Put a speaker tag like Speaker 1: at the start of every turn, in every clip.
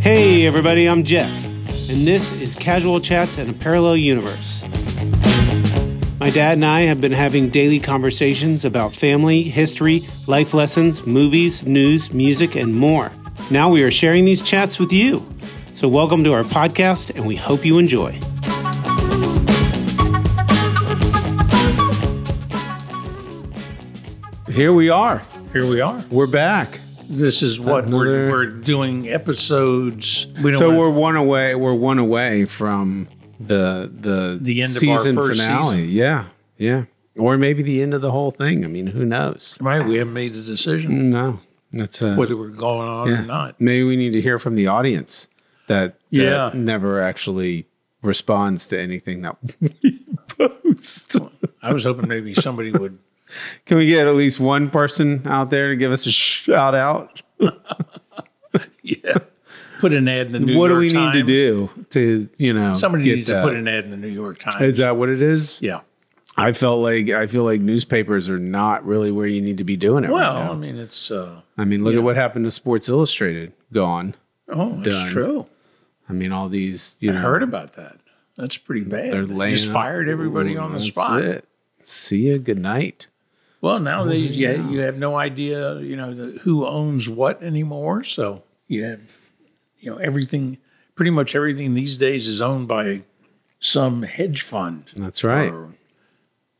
Speaker 1: Hey, everybody, I'm Jeff, and this is Casual Chats in a Parallel Universe. My dad and I have been having daily conversations about family, history, life lessons, movies, news, music, and more. Now we are sharing these chats with you. So, welcome to our podcast, and we hope you enjoy.
Speaker 2: Here we are.
Speaker 3: Here we are.
Speaker 2: We're back.
Speaker 3: This is what
Speaker 2: Another-
Speaker 3: we're, we're doing episodes. We don't
Speaker 2: So
Speaker 3: want-
Speaker 2: we're one away. We're one away from the the
Speaker 3: The end of our
Speaker 2: season
Speaker 3: first
Speaker 2: finale. Yeah, yeah. Or maybe the end of the whole thing. I mean, who knows?
Speaker 3: right. We haven't made the decision
Speaker 2: No, that's a,
Speaker 3: whether we're going on
Speaker 2: Mm. yeah.
Speaker 3: or not.
Speaker 2: Maybe we need to hear from the audience that, that
Speaker 3: Yeah.
Speaker 2: never actually responds to anything that we post.
Speaker 3: I was hoping maybe somebody would.
Speaker 2: Can we get at least one person out there to give us a shout out?
Speaker 3: Yeah. Put an ad in the New
Speaker 2: what do
Speaker 3: York
Speaker 2: we
Speaker 3: Times.
Speaker 2: need to do to you know
Speaker 3: Somebody
Speaker 2: get
Speaker 3: needs
Speaker 2: that?
Speaker 3: to put an ad in the New York Times.
Speaker 2: Is that what it is?
Speaker 3: yeah.
Speaker 2: I felt like I feel like newspapers are not really where you need to be doing it.
Speaker 3: Well,
Speaker 2: right
Speaker 3: I
Speaker 2: now.
Speaker 3: mean, it's uh,
Speaker 2: I mean, look at what happened to Sports Illustrated. Gone.
Speaker 3: oh, that's
Speaker 2: Done.
Speaker 3: true.
Speaker 2: I mean, all these you
Speaker 3: I
Speaker 2: know
Speaker 3: heard about that. That's pretty bad.
Speaker 2: they're
Speaker 3: They
Speaker 2: laying
Speaker 3: just
Speaker 2: up.
Speaker 3: fired everybody on the
Speaker 2: That's
Speaker 3: spot.
Speaker 2: it. See you. Good night.
Speaker 3: Well, nowadays you you have no idea, you know, the, who owns what anymore. So you have, you know, everything, pretty much everything these days is owned by some hedge fund
Speaker 2: That's right.
Speaker 3: or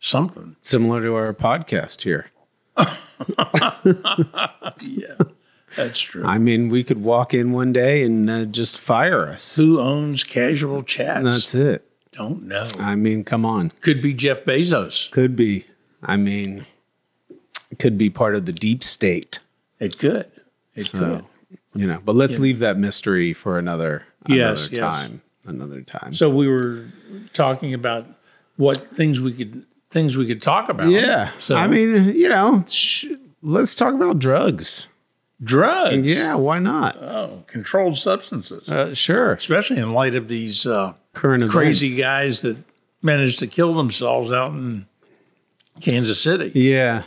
Speaker 3: something.
Speaker 2: Similar to our podcast here.
Speaker 3: That's true.
Speaker 2: I mean, we could walk in one day and uh, just fire us.
Speaker 3: who owns casual chats?
Speaker 2: That's it.
Speaker 3: Don't know.
Speaker 2: I mean, come on.
Speaker 3: Could be Jeff Bezos.
Speaker 2: Could be. I mean, could be part of the deep state.
Speaker 3: It could. It
Speaker 2: So,
Speaker 3: could.
Speaker 2: you know, but let's leave that mystery for another another
Speaker 3: Yes, yes.
Speaker 2: time. Another time.
Speaker 3: So we were talking about what things we could things we could talk about.
Speaker 2: yeah.
Speaker 3: So
Speaker 2: I mean, you know, sh- let's talk about drugs.
Speaker 3: drugs.
Speaker 2: Yeah, why not?
Speaker 3: Oh, controlled substances.
Speaker 2: Uh, sure.
Speaker 3: especially in light of these uh,
Speaker 2: Current events.
Speaker 3: crazy guys that managed to kill themselves out in Kansas City.
Speaker 2: Yeah.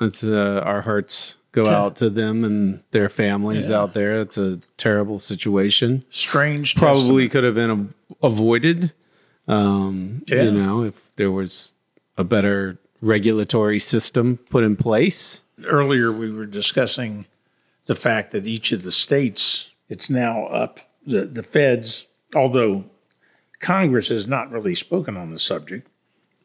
Speaker 2: That's uh, our hearts go out to them and their families out there. It's a terrible situation.
Speaker 3: Strange,
Speaker 2: Probably could have been a- avoided. Um,
Speaker 3: Yeah.
Speaker 2: You know, if there was a better regulatory system put in place.
Speaker 3: testament. Earlier, we were discussing the fact that each of the states, it's now up the the feds, although Congress has not really spoken on the subject.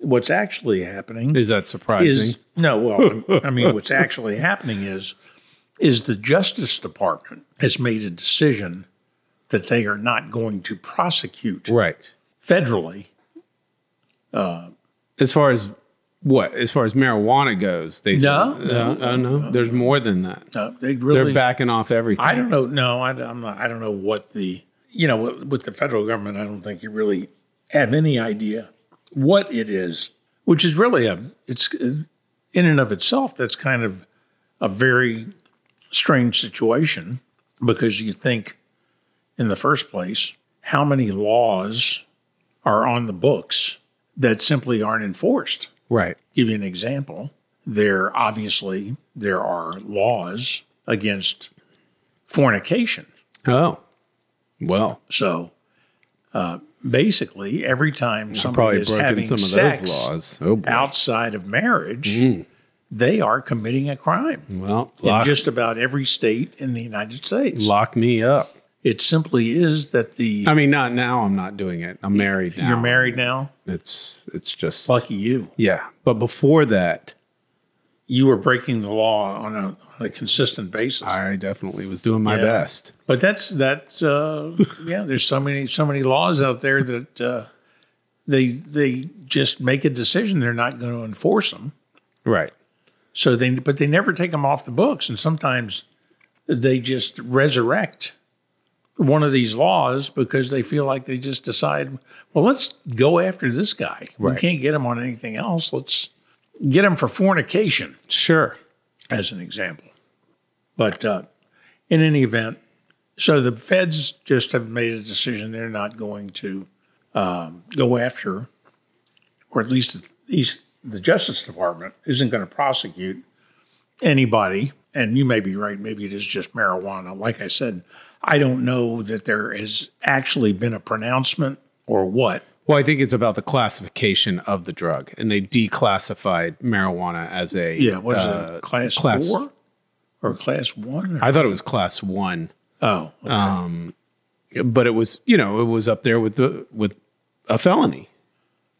Speaker 3: What's actually happening
Speaker 2: Is that surprising?
Speaker 3: is no well i mean what's actually happening is is the justice department has made a decision that they are not going to prosecute
Speaker 2: right.
Speaker 3: federally
Speaker 2: As far as what? As far as marijuana goes, they
Speaker 3: No,
Speaker 2: said, no, no, no. There's more than that.
Speaker 3: uh, they
Speaker 2: They're
Speaker 3: really
Speaker 2: backing off everything.
Speaker 3: i don't know no I, am not i don't know what the you know with, with the federal government i don't think you really have any idea what it is which is really a it's in and of itself that's kind of a very strange situation because you think in the first place how many laws are on the books that simply aren't enforced
Speaker 2: right.
Speaker 3: give you an example there obviously there are laws against fornication
Speaker 2: Oh, well,
Speaker 3: so uh, basically every time somebody
Speaker 2: probably
Speaker 3: is
Speaker 2: broken
Speaker 3: having
Speaker 2: some of
Speaker 3: sex
Speaker 2: those laws. Oh, boy.
Speaker 3: outside of marriage they are committing a crime
Speaker 2: well,
Speaker 3: in
Speaker 2: lock,
Speaker 3: just about every state in the united states
Speaker 2: lock me up.
Speaker 3: it simply is that the
Speaker 2: I mean, not now. I'm not doing it. I'm married now.
Speaker 3: you're married now
Speaker 2: It's it's just
Speaker 3: lucky you
Speaker 2: yeah. But before that,
Speaker 3: you were breaking the law on a, on a consistent basis
Speaker 2: I definitely was doing my
Speaker 3: Yeah.
Speaker 2: best.
Speaker 3: But that's that. Uh, yeah, there's so many so many laws out there that uh, they they just make a decision they're not going to enforce them.
Speaker 2: Right.
Speaker 3: So they but they never take them off the books, and sometimes they just resurrect one of these laws because they feel like they just decide, well, let's go after this guy. We
Speaker 2: Right.
Speaker 3: can't get him on anything else. Let's get him for fornication
Speaker 2: Sure.
Speaker 3: as an example. But uh, in any event, so the feds just have made a decision they're not going to um, go after, or at least, at least the Justice Department isn't going to prosecute anybody and you may be right, maybe it is just marijuana. Like I said, I don't know that there has actually been a pronouncement or what.
Speaker 2: Well, I think it's about the classification of the drug, and they declassified marijuana as a
Speaker 3: Yeah, what is
Speaker 2: uh,
Speaker 3: it? Class,
Speaker 2: class-
Speaker 3: four or class one? Or,
Speaker 2: I Uh, thought it was class one,
Speaker 3: oh, okay.
Speaker 2: but it was you know it was up there with the with a felony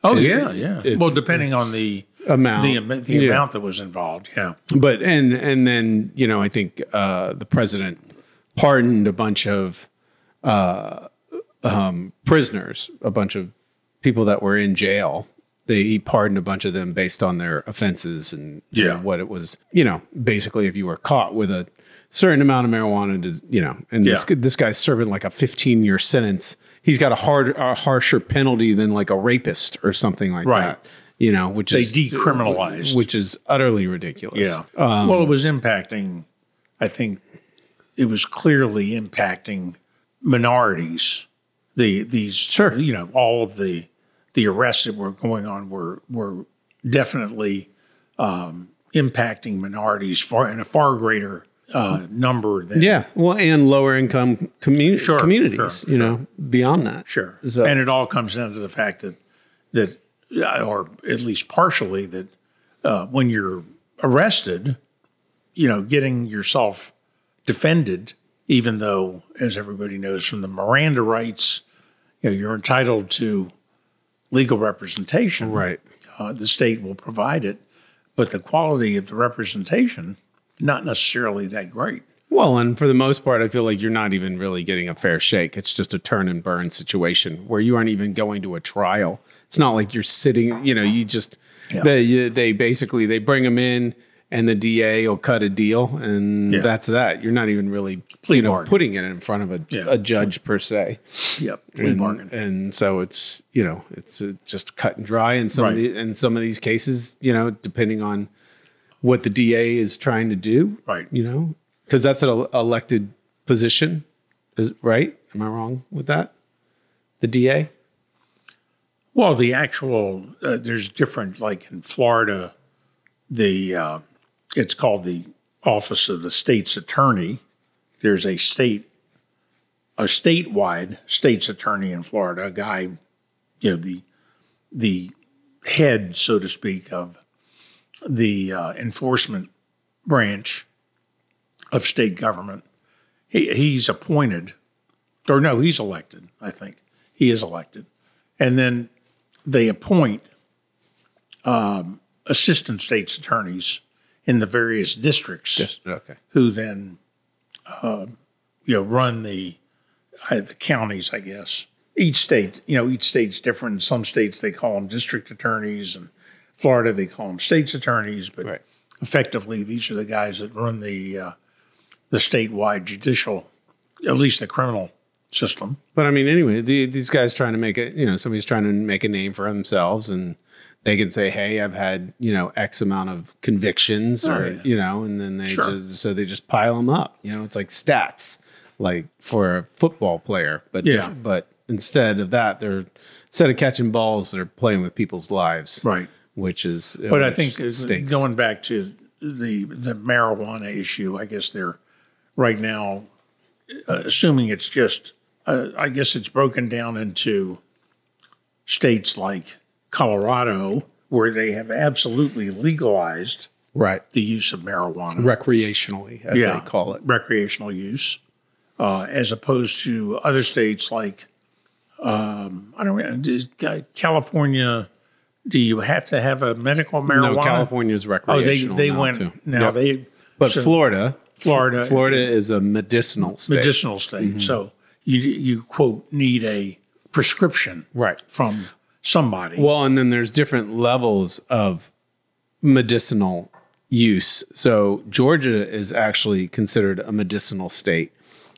Speaker 3: oh
Speaker 2: if-
Speaker 3: yeah, yeah.
Speaker 2: if-
Speaker 3: well, depending on the
Speaker 2: amount.
Speaker 3: the, am- the
Speaker 2: Yeah.
Speaker 3: amount that was involved. Yeah,
Speaker 2: but and and then you know I think uh, the president pardoned a bunch of uh, um, prisoners, a bunch of people that were in jail. They he pardoned a bunch of them based on their offenses and you know,
Speaker 3: Yeah.
Speaker 2: what it was. You know, basically, if you were caught with a certain amount of marijuana, does- you know, and this
Speaker 3: Yeah.
Speaker 2: this guy's serving like a 15 year sentence. He's got a hard, a harsher penalty than like a rapist or something like
Speaker 3: Right.
Speaker 2: that. You know, which
Speaker 3: they
Speaker 2: is
Speaker 3: decriminalized.
Speaker 2: which is utterly ridiculous. Um,
Speaker 3: yeah. well, it was impacting. I think it was clearly impacting minorities. The these
Speaker 2: Sure.
Speaker 3: you know all of the the arrests that were going on were were definitely um, impacting minorities far in a far greater uh, number than
Speaker 2: Yeah, well, and lower income commu-
Speaker 3: Sure,
Speaker 2: communities,
Speaker 3: sure,
Speaker 2: you know, beyond that.
Speaker 3: Sure.
Speaker 2: So-
Speaker 3: and it all comes down to the fact that that, or at least partially, that uh, when you're arrested, you know, getting yourself defended, even though, as everybody knows from the Miranda rights, you know, you're entitled to legal representation.
Speaker 2: Right.
Speaker 3: Uh, the state will provide it, but the quality of the representation not necessarily that great.
Speaker 2: Well, and for the most part, I feel like you're not even really getting a fair shake. It's just a turn and burn situation where you aren't even going to a trial. It's not like you're sitting, you know, you just they you- they basically they bring them in and the DA will cut a deal and
Speaker 3: Yeah.
Speaker 2: that's that. You're not even really you know,
Speaker 3: bargain.
Speaker 2: putting it in front of a,
Speaker 3: Yeah.
Speaker 2: a judge per se.
Speaker 3: Yep. Plea
Speaker 2: and,
Speaker 3: bargain.
Speaker 2: and so it's you know it's uh, just cut and dry and some of
Speaker 3: Right.
Speaker 2: the, in some of these cases you know depending on what the DA is trying to do
Speaker 3: Right.
Speaker 2: you know because that's an el- elected position is right am I wrong with that the DA
Speaker 3: Well, the actual uh, there's different like in Florida, the uh, it's called the Office of the State's Attorney. There's a state, a statewide state's attorney in Florida, a guy, you know the the head, so to speak, of the uh, enforcement branch of state government. He, he's appointed, or no, he's elected. I think he is elected and then they appoint um, assistant state's attorneys in the various districts
Speaker 2: just okay
Speaker 3: who then uh, you know run the uh, the counties, I guess. Each state, you know, each state's different. In some states they call them district attorneys, and Florida they call them state's attorneys. But
Speaker 2: Right.
Speaker 3: effectively, these are the guys that run the uh, the statewide judicial, at least the criminal system.
Speaker 2: But I mean, anyway, the, these guys trying to make it, you know, somebody's trying to make a name for themselves and they can say, Hey, I've had, you know, X amount of convictions or,
Speaker 3: Oh, yeah.
Speaker 2: you know, and then they
Speaker 3: Sure.
Speaker 2: just, so they just pile them up, you know, it's like stats, like for a football player, but,
Speaker 3: Yeah.
Speaker 2: diff- but instead of that, they're, instead of catching balls, they're playing with people's lives.
Speaker 3: Right.
Speaker 2: Which is,
Speaker 3: But I
Speaker 2: which
Speaker 3: think uh,
Speaker 2: stinks.
Speaker 3: going back to the the marijuana issue, I guess they're right now uh, assuming it's just. Uh, I guess it's broken down into states like Colorado where they have absolutely legalized
Speaker 2: right.
Speaker 3: the use of marijuana
Speaker 2: Recreationally, as they call it.
Speaker 3: recreational use, uh, as opposed to other states like um, I don't know, does- California. Do you have to have a medical marijuana?
Speaker 2: No, California's
Speaker 3: Oh, they
Speaker 2: recreational.
Speaker 3: they
Speaker 2: now,
Speaker 3: went
Speaker 2: too.
Speaker 3: now
Speaker 2: Yep.
Speaker 3: they
Speaker 2: but
Speaker 3: so
Speaker 2: Florida,
Speaker 3: Florida-
Speaker 2: Florida is a medicinal state.
Speaker 3: medicinal state.
Speaker 2: Mm-hmm.
Speaker 3: So you you quote need a prescription
Speaker 2: Right.
Speaker 3: from somebody.
Speaker 2: Well, and then there's different levels of medicinal use. So Georgia is actually considered a medicinal state,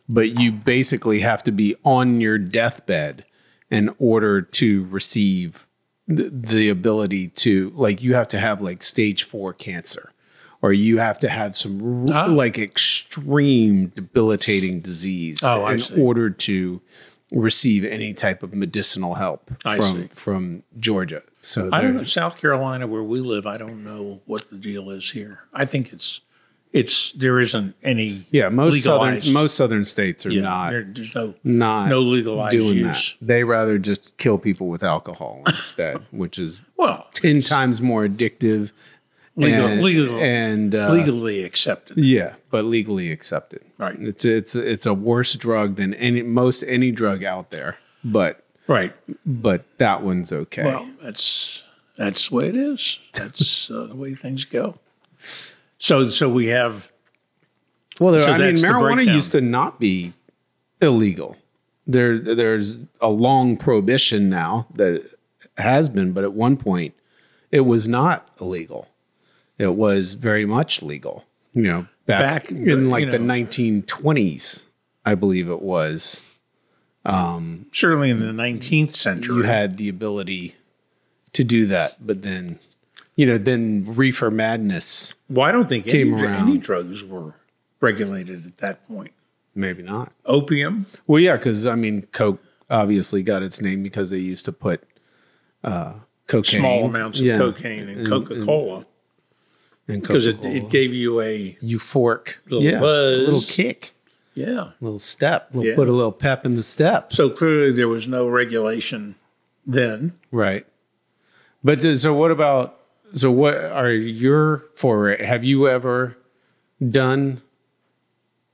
Speaker 2: but you basically have to be on your deathbed in order to receive the, the ability to like you have to have like stage 4 cancer or you have to have some r-
Speaker 3: Ah.
Speaker 2: like extreme debilitating disease
Speaker 3: Oh, I
Speaker 2: in
Speaker 3: see.
Speaker 2: order to receive any type of medicinal help
Speaker 3: I
Speaker 2: from
Speaker 3: see.
Speaker 2: from Georgia. So
Speaker 3: I don't
Speaker 2: there-
Speaker 3: know South Carolina where we live. I don't know what the deal is here. I think it's it's there isn't any
Speaker 2: Yeah, most
Speaker 3: legalized.
Speaker 2: southern most southern states are
Speaker 3: Yeah,
Speaker 2: not
Speaker 3: there- there's no
Speaker 2: not
Speaker 3: no legalized
Speaker 2: doing
Speaker 3: use.
Speaker 2: that. They rather just kill people with alcohol instead, which is
Speaker 3: well
Speaker 2: ten times more addictive
Speaker 3: Legal-
Speaker 2: and,
Speaker 3: legal-
Speaker 2: and uh,
Speaker 3: legally accepted.
Speaker 2: Yeah, but legally accepted.
Speaker 3: Right.
Speaker 2: It's it's it's a worse drug than any most any drug out there. But
Speaker 3: Right.
Speaker 2: but that one's okay.
Speaker 3: Well, that's that's the way it is. That's uh, the way things go. So so we have
Speaker 2: Well, there,
Speaker 3: So
Speaker 2: I mean,
Speaker 3: that's the
Speaker 2: marijuana
Speaker 3: breakdown.
Speaker 2: used to not be illegal. There, there's a long prohibition now that has been, but at one point, it was not illegal. It was very much legal. You know, back,
Speaker 3: Back, you
Speaker 2: in like the
Speaker 3: know.
Speaker 2: 1920s, I believe it was.
Speaker 3: certainly in the 19th century.
Speaker 2: You had the ability to do that, but then, you know, then reefer madness.
Speaker 3: well, I don't think any,
Speaker 2: came
Speaker 3: dr-
Speaker 2: around.
Speaker 3: any drugs were regulated at that point.
Speaker 2: Maybe not.
Speaker 3: Opium,
Speaker 2: Well, yeah, because I mean, Coke obviously got its name because they used to put uh, cocaine,
Speaker 3: small amounts of
Speaker 2: Yeah.
Speaker 3: cocaine, and Coca Cola
Speaker 2: and
Speaker 3: because it,
Speaker 2: Coca-Cola.
Speaker 3: it gave you a
Speaker 2: euphoric,
Speaker 3: Little
Speaker 2: yeah,
Speaker 3: buzz.
Speaker 2: a little kick,
Speaker 3: yeah.
Speaker 2: a little step, a little,
Speaker 3: Yeah.
Speaker 2: put a little pep in the step,
Speaker 3: So clearly there was no regulation then.
Speaker 2: right? But uh, so, what about? So, what are your foray? Have you ever done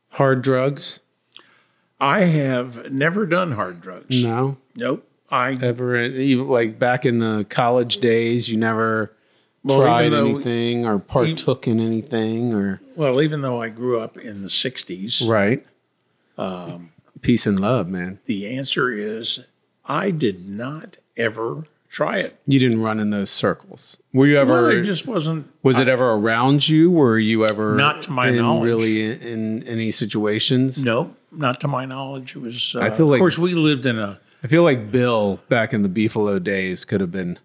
Speaker 2: hard drugs?
Speaker 3: I have never done hard drugs.
Speaker 2: No,
Speaker 3: Nope. I
Speaker 2: ever even like back in the college days, you never.
Speaker 3: Well, even
Speaker 2: tried
Speaker 3: though- e-
Speaker 2: anything or partook in anything or
Speaker 3: well, even though I grew up in the 60s,
Speaker 2: Right. Um, Peace and love, man.
Speaker 3: the answer is I did not ever try it.
Speaker 2: You didn't run in those circles. Were you ever?
Speaker 3: Well, it just wasn't.
Speaker 2: was it ever around you? Were you ever
Speaker 3: Not to my
Speaker 2: in
Speaker 3: knowledge.
Speaker 2: really in, in any situations?
Speaker 3: No, not to my knowledge. It was. Uh,
Speaker 2: I feel like-
Speaker 3: of course, we lived in a.
Speaker 2: I feel like Bill back in the Beefalo days could have been.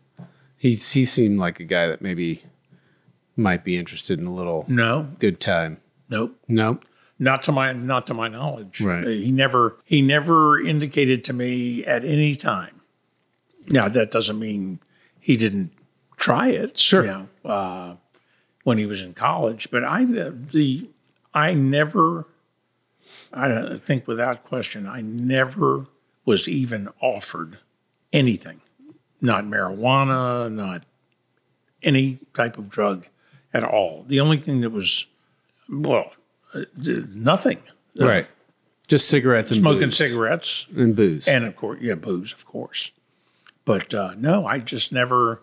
Speaker 2: He he seemed like a guy that maybe might be interested in a little
Speaker 3: No,
Speaker 2: good time.
Speaker 3: nope.
Speaker 2: Nope.
Speaker 3: Not to my not to my knowledge.
Speaker 2: Right.
Speaker 3: He never he never indicated to me at any time. Now that doesn't mean he didn't try it.
Speaker 2: Sure.
Speaker 3: You know, uh, when he was in college, but I the I never. I don't think without question, I never was even offered anything, not marijuana, not any type of drug at all. The only thing that was, well, uh, d- nothing.
Speaker 2: Right. Just cigarettes and
Speaker 3: Smoking
Speaker 2: booze.
Speaker 3: cigarettes
Speaker 2: and booze.
Speaker 3: and of course, yeah, booze, of course. But uh, no, I just never.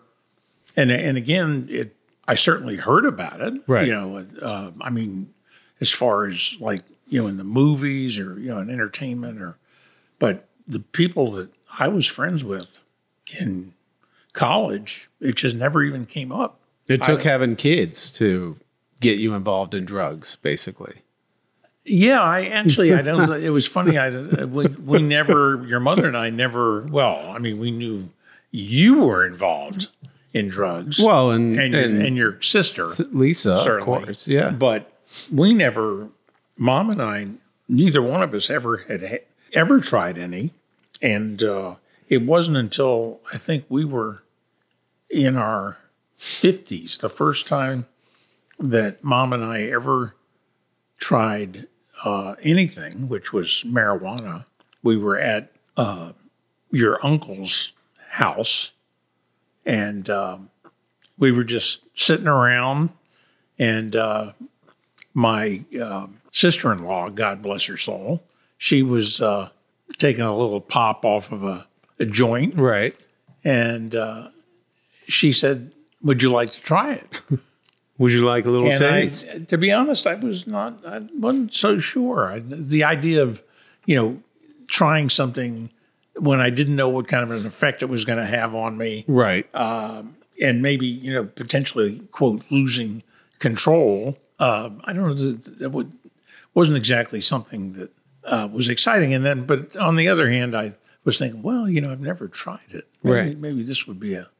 Speaker 3: And and again, it I certainly heard about it.
Speaker 2: Right.
Speaker 3: You know, uh, I mean, as far as like you know in the movies or you know in entertainment or, but the people that I was friends with in college, it just never even came up.
Speaker 2: it took having kids to get you involved in drugs, basically.
Speaker 3: Yeah, I actually I don't. it was funny. I uh, we, we never. Your mother and I never. Well, I mean, we knew you were involved in drugs.
Speaker 2: Well, and
Speaker 3: and your- and, your sister,
Speaker 2: Lisa,
Speaker 3: certainly.
Speaker 2: of course. Yeah.
Speaker 3: But we never. Mom and I, neither one of us ever had ha- ever tried any, and uh, it wasn't until I think we were in our fifties the first time that Mom and I ever tried uh, anything, which was marijuana. We were at uh, your uncle's house, and um, we were just sitting around. And uh, my um sister-in-law, God bless her soul, she was uh, taking a little pop off of a, a joint,
Speaker 2: Right.
Speaker 3: and uh, she said, "Would you like to try it?"
Speaker 2: Would you like a little
Speaker 3: And I, to be honest, I was not, I wasn't so sure. I, the idea of, you know, trying something when I didn't know what kind of an effect it was going to have on me
Speaker 2: right.
Speaker 3: and maybe, you know, potentially, quote, losing control. Um, I don't know, that, that would, wasn't exactly something that uh, was exciting. And then, but on the other hand, I was thinking, well, you know, I've never tried it. Maybe,
Speaker 2: Right.
Speaker 3: Maybe this would be a,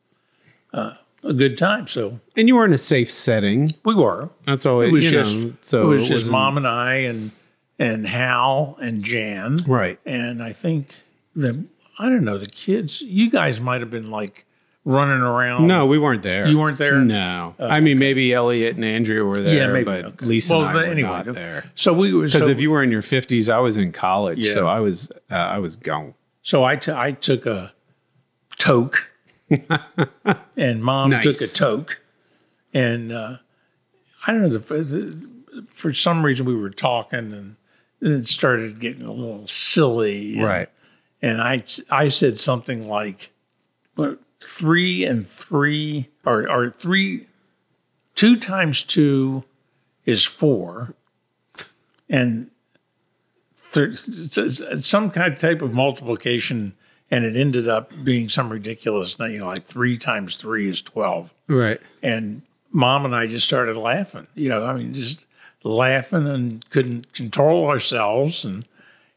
Speaker 3: uh, a good time. So
Speaker 2: and you were in a safe setting.
Speaker 3: we were.
Speaker 2: That's always
Speaker 3: It was
Speaker 2: you
Speaker 3: just
Speaker 2: know, so
Speaker 3: it was just
Speaker 2: wasn't-
Speaker 3: mom and I and and Hal and Jan.
Speaker 2: Right.
Speaker 3: And I think the I don't know the kids. You guys might have been like running around.
Speaker 2: No, we weren't there.
Speaker 3: You weren't there? Oh,
Speaker 2: No. I mean, maybe Elliot and Andrea were there, but
Speaker 3: okay.
Speaker 2: Lisa
Speaker 3: Well,
Speaker 2: and I
Speaker 3: but
Speaker 2: were
Speaker 3: anyway,
Speaker 2: not there.
Speaker 3: So we were
Speaker 2: Because
Speaker 3: so-
Speaker 2: if you were in your 50s, I was in college,
Speaker 3: Yeah.
Speaker 2: so I was uh, I was gone.
Speaker 3: So I, t- I took a toke, and mom took a
Speaker 2: Nice.
Speaker 3: toke, and uh, I don't know. The, the, for some reason, we were talking, and then it started getting a little silly, and, And I I said something like, "What three and three or or three, two times two is four, and th- some kind of type of multiplication." And it ended up being some ridiculous, thing, you know, like three times three is twelve.
Speaker 2: Right.
Speaker 3: And mom and I just started laughing, you know, I mean, just laughing and couldn't control ourselves. And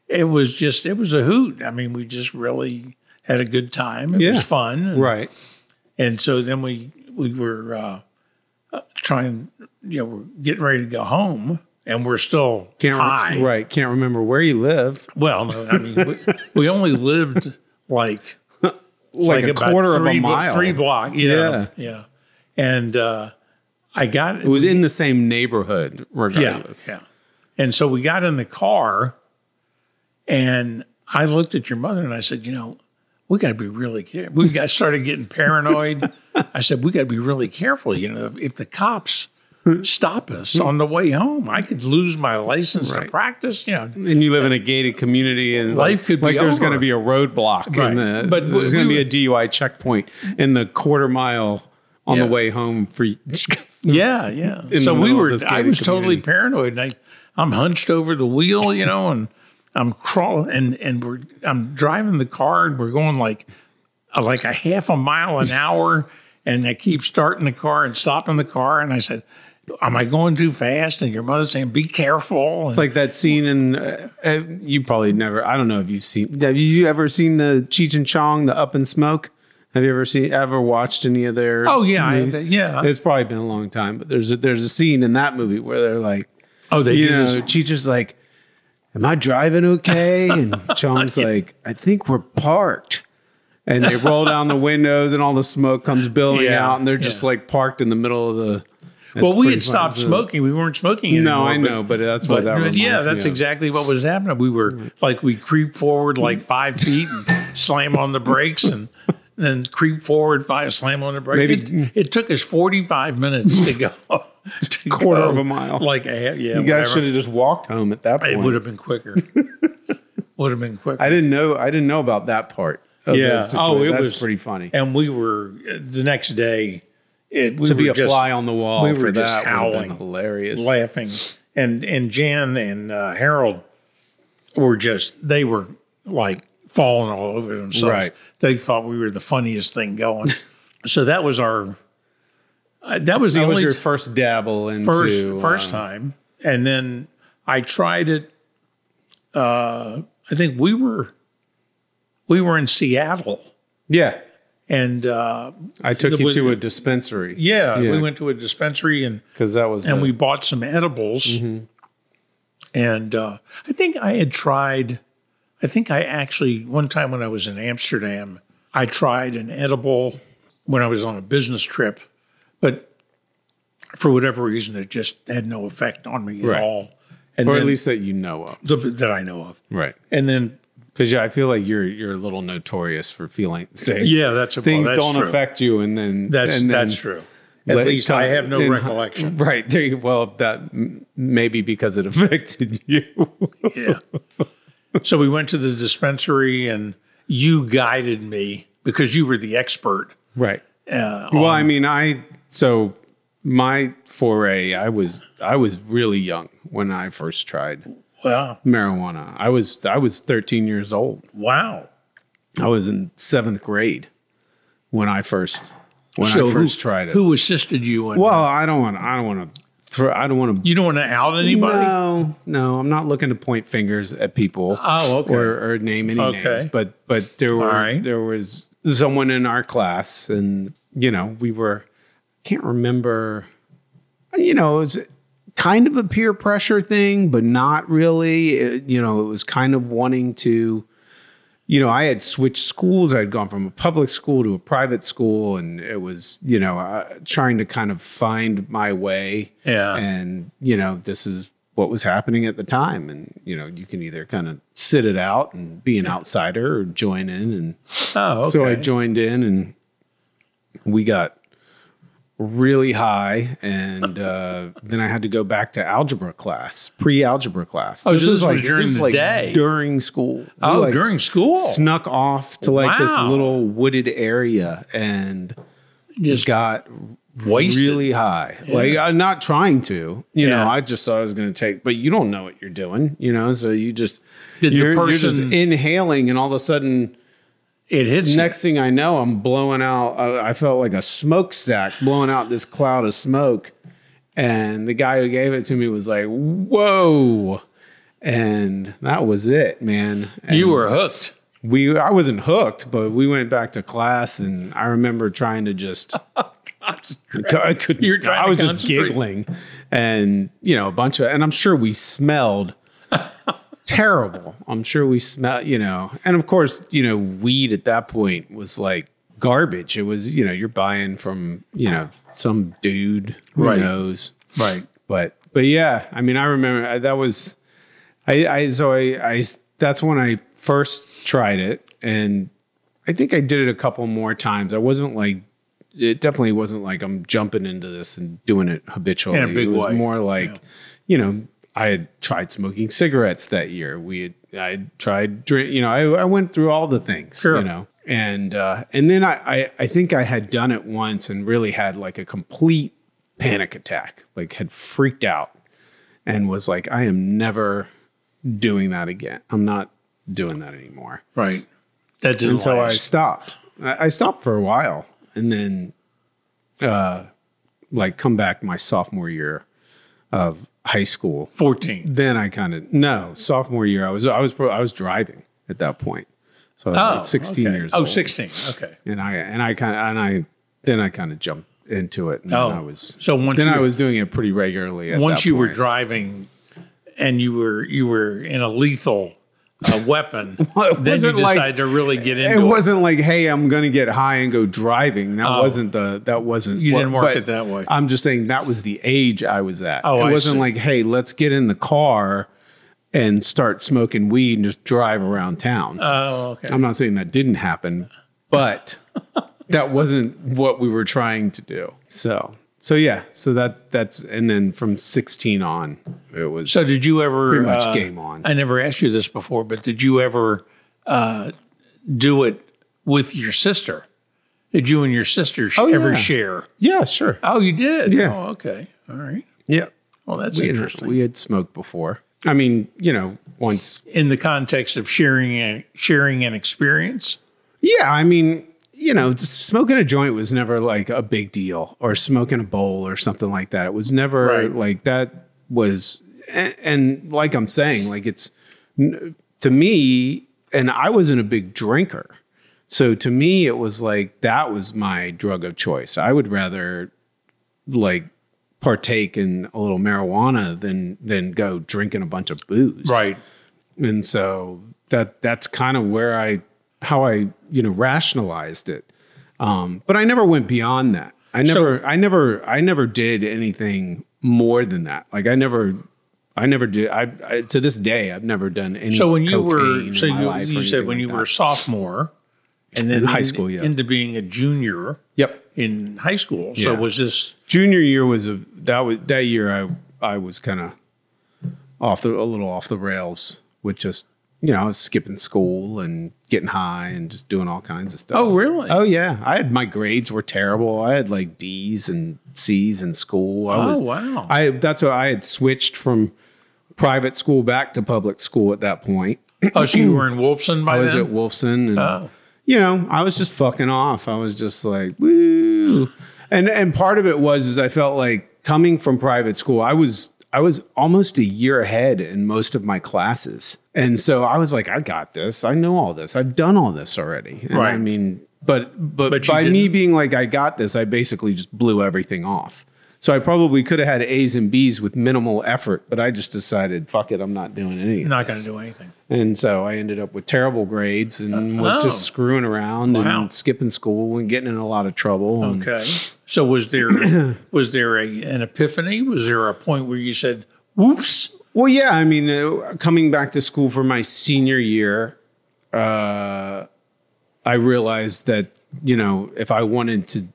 Speaker 3: it was just, it was a hoot. I mean, we just really had a good time. It
Speaker 2: Yeah.
Speaker 3: was fun. And,
Speaker 2: Right.
Speaker 3: and so then we, we were uh, uh, trying, you know, we're getting ready to go home and we're still
Speaker 2: Can't re-
Speaker 3: high.
Speaker 2: right. Can't remember where you live.
Speaker 3: Well, no, I mean, we, we only lived like
Speaker 2: Like, a
Speaker 3: about
Speaker 2: quarter of
Speaker 3: three
Speaker 2: a
Speaker 3: blo-
Speaker 2: mile.
Speaker 3: three block. Yeah, yeah. And uh, I got
Speaker 2: It was in the same neighborhood, regardless.
Speaker 3: Yeah, yeah. And so we got in the car, and I looked at your mother and I said, you know, we got to be really careful. We got started getting paranoid. I said, we got to be really careful. You know, if, if the cops stop us on the way home, I could lose my license to
Speaker 2: Right.
Speaker 3: practice. You know,
Speaker 2: And you live in a gated community, and
Speaker 3: Life
Speaker 2: like,
Speaker 3: could be
Speaker 2: like there's
Speaker 3: over.
Speaker 2: going to be a roadblock,
Speaker 3: Right.
Speaker 2: in the,
Speaker 3: But
Speaker 2: but
Speaker 3: we-
Speaker 2: there's going to
Speaker 3: we
Speaker 2: be a DUI checkpoint in the quarter mile on
Speaker 3: Yeah.
Speaker 2: the way home for you.
Speaker 3: Yeah, yeah.
Speaker 2: in
Speaker 3: so
Speaker 2: the
Speaker 3: we
Speaker 2: middle of
Speaker 3: were.
Speaker 2: this
Speaker 3: I
Speaker 2: gated
Speaker 3: was totally
Speaker 2: community.
Speaker 3: paranoid, and I, I'm hunched over the wheel, you know, and I'm crawling, and and we're I'm driving the car, and we're going like uh, like a half a mile an hour, and I keep starting the car and stopping the car, and I said, "Am I going too fast?" And your mother's saying, "Be careful."
Speaker 2: It's like that scene in uh, uh, you probably never. I don't know if you've seen. Have you ever seen the Cheech and Chong, the Up and Smoke? Have you ever seen? Ever watched any of their?
Speaker 3: Oh, yeah, I-
Speaker 2: movies?
Speaker 3: yeah.
Speaker 2: It's probably been a long time, but there's a, there's a scene in that movie where they're like,
Speaker 3: oh, they
Speaker 2: you
Speaker 3: do
Speaker 2: know,
Speaker 3: this.
Speaker 2: Cheech is like, "Am I driving okay?" And Chong's like, "I think we're parked." And they roll down the windows, and all the smoke comes billowing
Speaker 3: Yeah,
Speaker 2: out, and they're just
Speaker 3: yeah.
Speaker 2: like parked in the middle of the. It's
Speaker 3: Well, we
Speaker 2: pretty
Speaker 3: had
Speaker 2: fun.
Speaker 3: stopped
Speaker 2: So-
Speaker 3: smoking. We weren't smoking anymore.
Speaker 2: No, I
Speaker 3: but-
Speaker 2: know, but that's
Speaker 3: But,
Speaker 2: what that.
Speaker 3: but yeah,
Speaker 2: reminds me
Speaker 3: that's
Speaker 2: of.
Speaker 3: exactly what was happening. We were like we creep forward like five feet and slam on the brakes and then creep forward five slam on the brakes.
Speaker 2: Maybe-
Speaker 3: It, it took us forty five minutes to go to
Speaker 2: quarter of a mile.
Speaker 3: Like a half, yeah,
Speaker 2: You guys
Speaker 3: whatever.
Speaker 2: should have just walked home at that
Speaker 3: It would
Speaker 2: point.
Speaker 3: have been quicker. would have been quicker.
Speaker 2: I didn't know. I didn't know about that part. of
Speaker 3: Yeah.
Speaker 2: that situation.
Speaker 3: Oh, it
Speaker 2: that's
Speaker 3: was-
Speaker 2: pretty funny.
Speaker 3: and we were uh, the next day. It, we
Speaker 2: to be
Speaker 3: were
Speaker 2: a
Speaker 3: just
Speaker 2: fly on the wall
Speaker 3: we
Speaker 2: we
Speaker 3: were
Speaker 2: for
Speaker 3: just
Speaker 2: that would have
Speaker 3: howling.
Speaker 2: been hilarious.
Speaker 3: laughing, and and Jan and uh, Harold were just they were like falling all over themselves.
Speaker 2: Right.
Speaker 3: They thought we were the funniest thing going. so that was our uh, that was the
Speaker 2: That was
Speaker 3: only
Speaker 2: your first dabble into
Speaker 3: first
Speaker 2: uh,
Speaker 3: first time, and then I tried it. Uh, I think we were we were in Seattle,
Speaker 2: uh, yeah,
Speaker 3: and uh,
Speaker 2: I took
Speaker 3: It
Speaker 2: you
Speaker 3: was-
Speaker 2: to a dispensary.
Speaker 3: yeah,
Speaker 2: Yeah.
Speaker 3: we went to a dispensary and
Speaker 2: because that was
Speaker 3: and
Speaker 2: the-
Speaker 3: we bought some edibles.
Speaker 2: Mm-hmm.
Speaker 3: And uh, I think I had tried, I think I actually, one time when I was in Amsterdam, I tried an edible when I was on a business trip, but for whatever reason, it just had no effect on me at
Speaker 2: Right.
Speaker 3: all. And
Speaker 2: or
Speaker 3: then,
Speaker 2: at least that you know of,
Speaker 3: the- that I know of.
Speaker 2: right?
Speaker 3: And then,
Speaker 2: Because yeah, I feel like you're you're a little notorious for feeling saying
Speaker 3: yeah, that's a well,
Speaker 2: things
Speaker 3: that's
Speaker 2: don't
Speaker 3: true.
Speaker 2: affect you, and then
Speaker 3: That's,
Speaker 2: and then
Speaker 3: that's true. At
Speaker 2: let it
Speaker 3: least I
Speaker 2: come
Speaker 3: have no
Speaker 2: in-
Speaker 3: recollection.
Speaker 2: Right there, you, well, that m- maybe because it affected you.
Speaker 3: yeah. So we went to the dispensary, and you guided me because you were the expert.
Speaker 2: Right.
Speaker 3: Uh,
Speaker 2: Well, I mean, I so my foray, I was I was really young when I first tried
Speaker 3: wow,
Speaker 2: marijuana. I was I was 13 years old.
Speaker 3: wow.
Speaker 2: I was in seventh grade when I first when I first
Speaker 3: who,
Speaker 2: tried it.
Speaker 3: Who assisted you? In,
Speaker 2: well, I don't want I don't want to throw I don't want to.
Speaker 3: you don't want to out anybody.
Speaker 2: No, no, I'm not looking to point fingers at people.
Speaker 3: Oh, okay.
Speaker 2: Or, or name any
Speaker 3: Okay.
Speaker 2: names, but but there were
Speaker 3: right.
Speaker 2: there was someone in our class, and you know we were can't remember. You know, it was kind of a peer pressure thing, but not really. It- you know, it was kind of wanting to you know, I had switched schools. I'd gone from a public school to a private school, and it was, you know, uh, trying to kind of find my way.
Speaker 3: Yeah.
Speaker 2: And, you know, this is what was happening at the time. And, you know, you can either kind of sit it out and be an outsider or join in. And
Speaker 3: Oh, okay.
Speaker 2: so I joined in, and we got really high. And uh, then I had to go back to algebra class, pre algebra class.
Speaker 3: Oh, so this was during the
Speaker 2: like
Speaker 3: day.
Speaker 2: During school. We,
Speaker 3: Oh,
Speaker 2: like,
Speaker 3: during school.
Speaker 2: snuck off to like this
Speaker 3: Wow.
Speaker 2: little wooded area and
Speaker 3: Just
Speaker 2: got
Speaker 3: wasted.
Speaker 2: really high. Like I'm not trying to, you know,
Speaker 3: Yeah.
Speaker 2: I just thought I was going to take, but you don't know what you're doing, you know, so you just
Speaker 3: Did the
Speaker 2: you're, you're
Speaker 3: person-
Speaker 2: just inhaling and all of a sudden
Speaker 3: It hits
Speaker 2: next thing I know I'm blowing out uh, I, I felt like a smokestack blowing out this cloud of smoke and the guy who gave it to me was like, "Whoa." And that was it, man.
Speaker 3: you.
Speaker 2: And-
Speaker 3: You were hooked.
Speaker 2: we I wasn't hooked, but we went back to class, and I remember trying to just I couldn't.
Speaker 3: You were trying
Speaker 2: I
Speaker 3: to
Speaker 2: was just
Speaker 3: concentrate.
Speaker 2: giggling, and you know a bunch of, and I'm sure we smelled terrible. I'm sure we smell, you know, and of course, you know, weed at that point was like garbage. It was you know you're buying from you know some dude who
Speaker 3: Right.
Speaker 2: knows
Speaker 3: Right.
Speaker 2: but but yeah i mean i remember I, that was i i so I, I that's when i first tried it and i think i did it a couple more times i wasn't like it definitely wasn't like i'm jumping into this and doing it habitually
Speaker 3: In a big
Speaker 2: it was
Speaker 3: way.
Speaker 2: more like you know i had tried smoking cigarettes that year we had i had tried drink you know i, I went through all the things
Speaker 3: Sure.
Speaker 2: you know and uh and then I, I i think i had done it once and really had like a complete panic attack like had freaked out and was like i am never doing that again i'm not doing that anymore
Speaker 3: Right. That didn't
Speaker 2: and so I
Speaker 3: last.
Speaker 2: stopped. I I stopped for a while, and then, uh, like come back my sophomore year of high school.
Speaker 3: Fourteen.
Speaker 2: Then I kind of no sophomore year. I was I was pro- I was driving at that point, so I was like sixteen
Speaker 3: okay.
Speaker 2: years
Speaker 3: Oh,
Speaker 2: old.
Speaker 3: 16. Okay.
Speaker 2: And I and I kind of and I then I kind of jumped into it. And
Speaker 3: Oh.
Speaker 2: then I was
Speaker 3: So once
Speaker 2: then
Speaker 3: you-
Speaker 2: I was doing it pretty regularly. At
Speaker 3: Once
Speaker 2: that
Speaker 3: you were
Speaker 2: point.
Speaker 3: driving, and you were you were in a lethal uh, weapon,
Speaker 2: it
Speaker 3: then you
Speaker 2: wasn't
Speaker 3: decide
Speaker 2: like-
Speaker 3: to really get into
Speaker 2: it
Speaker 3: it.
Speaker 2: wasn't like, hey, I'm gonna get high and go driving. That wasn't the that wasn't
Speaker 3: Oh. You didn't
Speaker 2: what-
Speaker 3: work
Speaker 2: but
Speaker 3: it that way.
Speaker 2: I'm just saying that was the age I was at.
Speaker 3: Oh,
Speaker 2: it
Speaker 3: I
Speaker 2: wasn't
Speaker 3: see.
Speaker 2: like, hey, let's get in the car and start smoking weed and just drive around town.
Speaker 3: Oh, okay.
Speaker 2: I'm not saying that didn't happen, but that wasn't what we were trying to do. So so yeah, so that that's and then from 16 on, it was
Speaker 3: So did you ever
Speaker 2: Pretty much
Speaker 3: uh,
Speaker 2: game on.
Speaker 3: I never asked you this before, but did you ever uh, do it with your sister? Did you and your sister sh-
Speaker 2: Oh,
Speaker 3: ever
Speaker 2: yeah.
Speaker 3: share?
Speaker 2: yeah, sure,
Speaker 3: Oh, you did.
Speaker 2: Yeah.
Speaker 3: Oh, okay. All right.
Speaker 2: yeah.
Speaker 3: Well, that's
Speaker 2: We had,
Speaker 3: interesting.
Speaker 2: we had smoked before. I mean, you know, once
Speaker 3: In the context of sharing and sharing an experience.
Speaker 2: Yeah, I mean, you know, just smoking a joint was never like a big deal or smoking a bowl or something like that. It was never
Speaker 3: Right.
Speaker 2: like that was and, and like I'm saying, like it's n- to me and I wasn't a big drinker. So to me it was like that was my drug of choice. I would rather like partake in a little marijuana than than go drinking a bunch of booze and so that that's kind of where I how I you know rationalized it. Um, but I never went beyond that. I never I never I never did anything more than that. Like I never I never did. I, I to this day I've never done any.
Speaker 3: So when you
Speaker 2: cocaine
Speaker 3: were,
Speaker 2: in
Speaker 3: so
Speaker 2: my
Speaker 3: you,
Speaker 2: life or
Speaker 3: you said
Speaker 2: anything
Speaker 3: when
Speaker 2: like
Speaker 3: you
Speaker 2: that.
Speaker 3: were a sophomore, and then
Speaker 2: In high
Speaker 3: in-
Speaker 2: school, yeah.
Speaker 3: into being a junior
Speaker 2: yep.
Speaker 3: in high school. So
Speaker 2: Yeah.
Speaker 3: was this
Speaker 2: Junior year was a that was that year I I was kind of off the a little off the rails with just you know I was skipping school and getting high and just doing all kinds of stuff.
Speaker 3: Oh, really?
Speaker 2: Oh yeah, I had my grades were terrible. I had like D's and C's in school. I
Speaker 3: Oh,
Speaker 2: was,
Speaker 3: wow.
Speaker 2: I that's why I had switched from private school back to public school at that point.
Speaker 3: oh, so you were in Wolfson by
Speaker 2: I was
Speaker 3: then?
Speaker 2: at Wolfson, and
Speaker 3: Uh.
Speaker 2: you know, I was just fucking off. I was just like, woo. And and part of it was is I felt like coming from private school, I was I was almost a year ahead in most of my classes, and so I was like, I got this. I know all this. I've done all this already. And I
Speaker 3: Right.
Speaker 2: mean, but but,
Speaker 3: But you
Speaker 2: by me
Speaker 3: didn't.
Speaker 2: being like I got this, I basically just blew everything off. So I probably could have had A's and B's with minimal effort, but I just decided, fuck it, I'm not doing any.
Speaker 3: You're not going to do anything.
Speaker 2: And so I ended up with terrible grades and was
Speaker 3: Oh.
Speaker 2: just screwing around
Speaker 3: Wow. Oh,
Speaker 2: and skipping school and getting in a lot of trouble. And
Speaker 3: Okay. So was there was there a, an epiphany? Was there a point where you said, "Whoops"?
Speaker 2: Well, yeah, I mean, uh, coming back to school for my senior year, uh, I realized that you know if I wanted to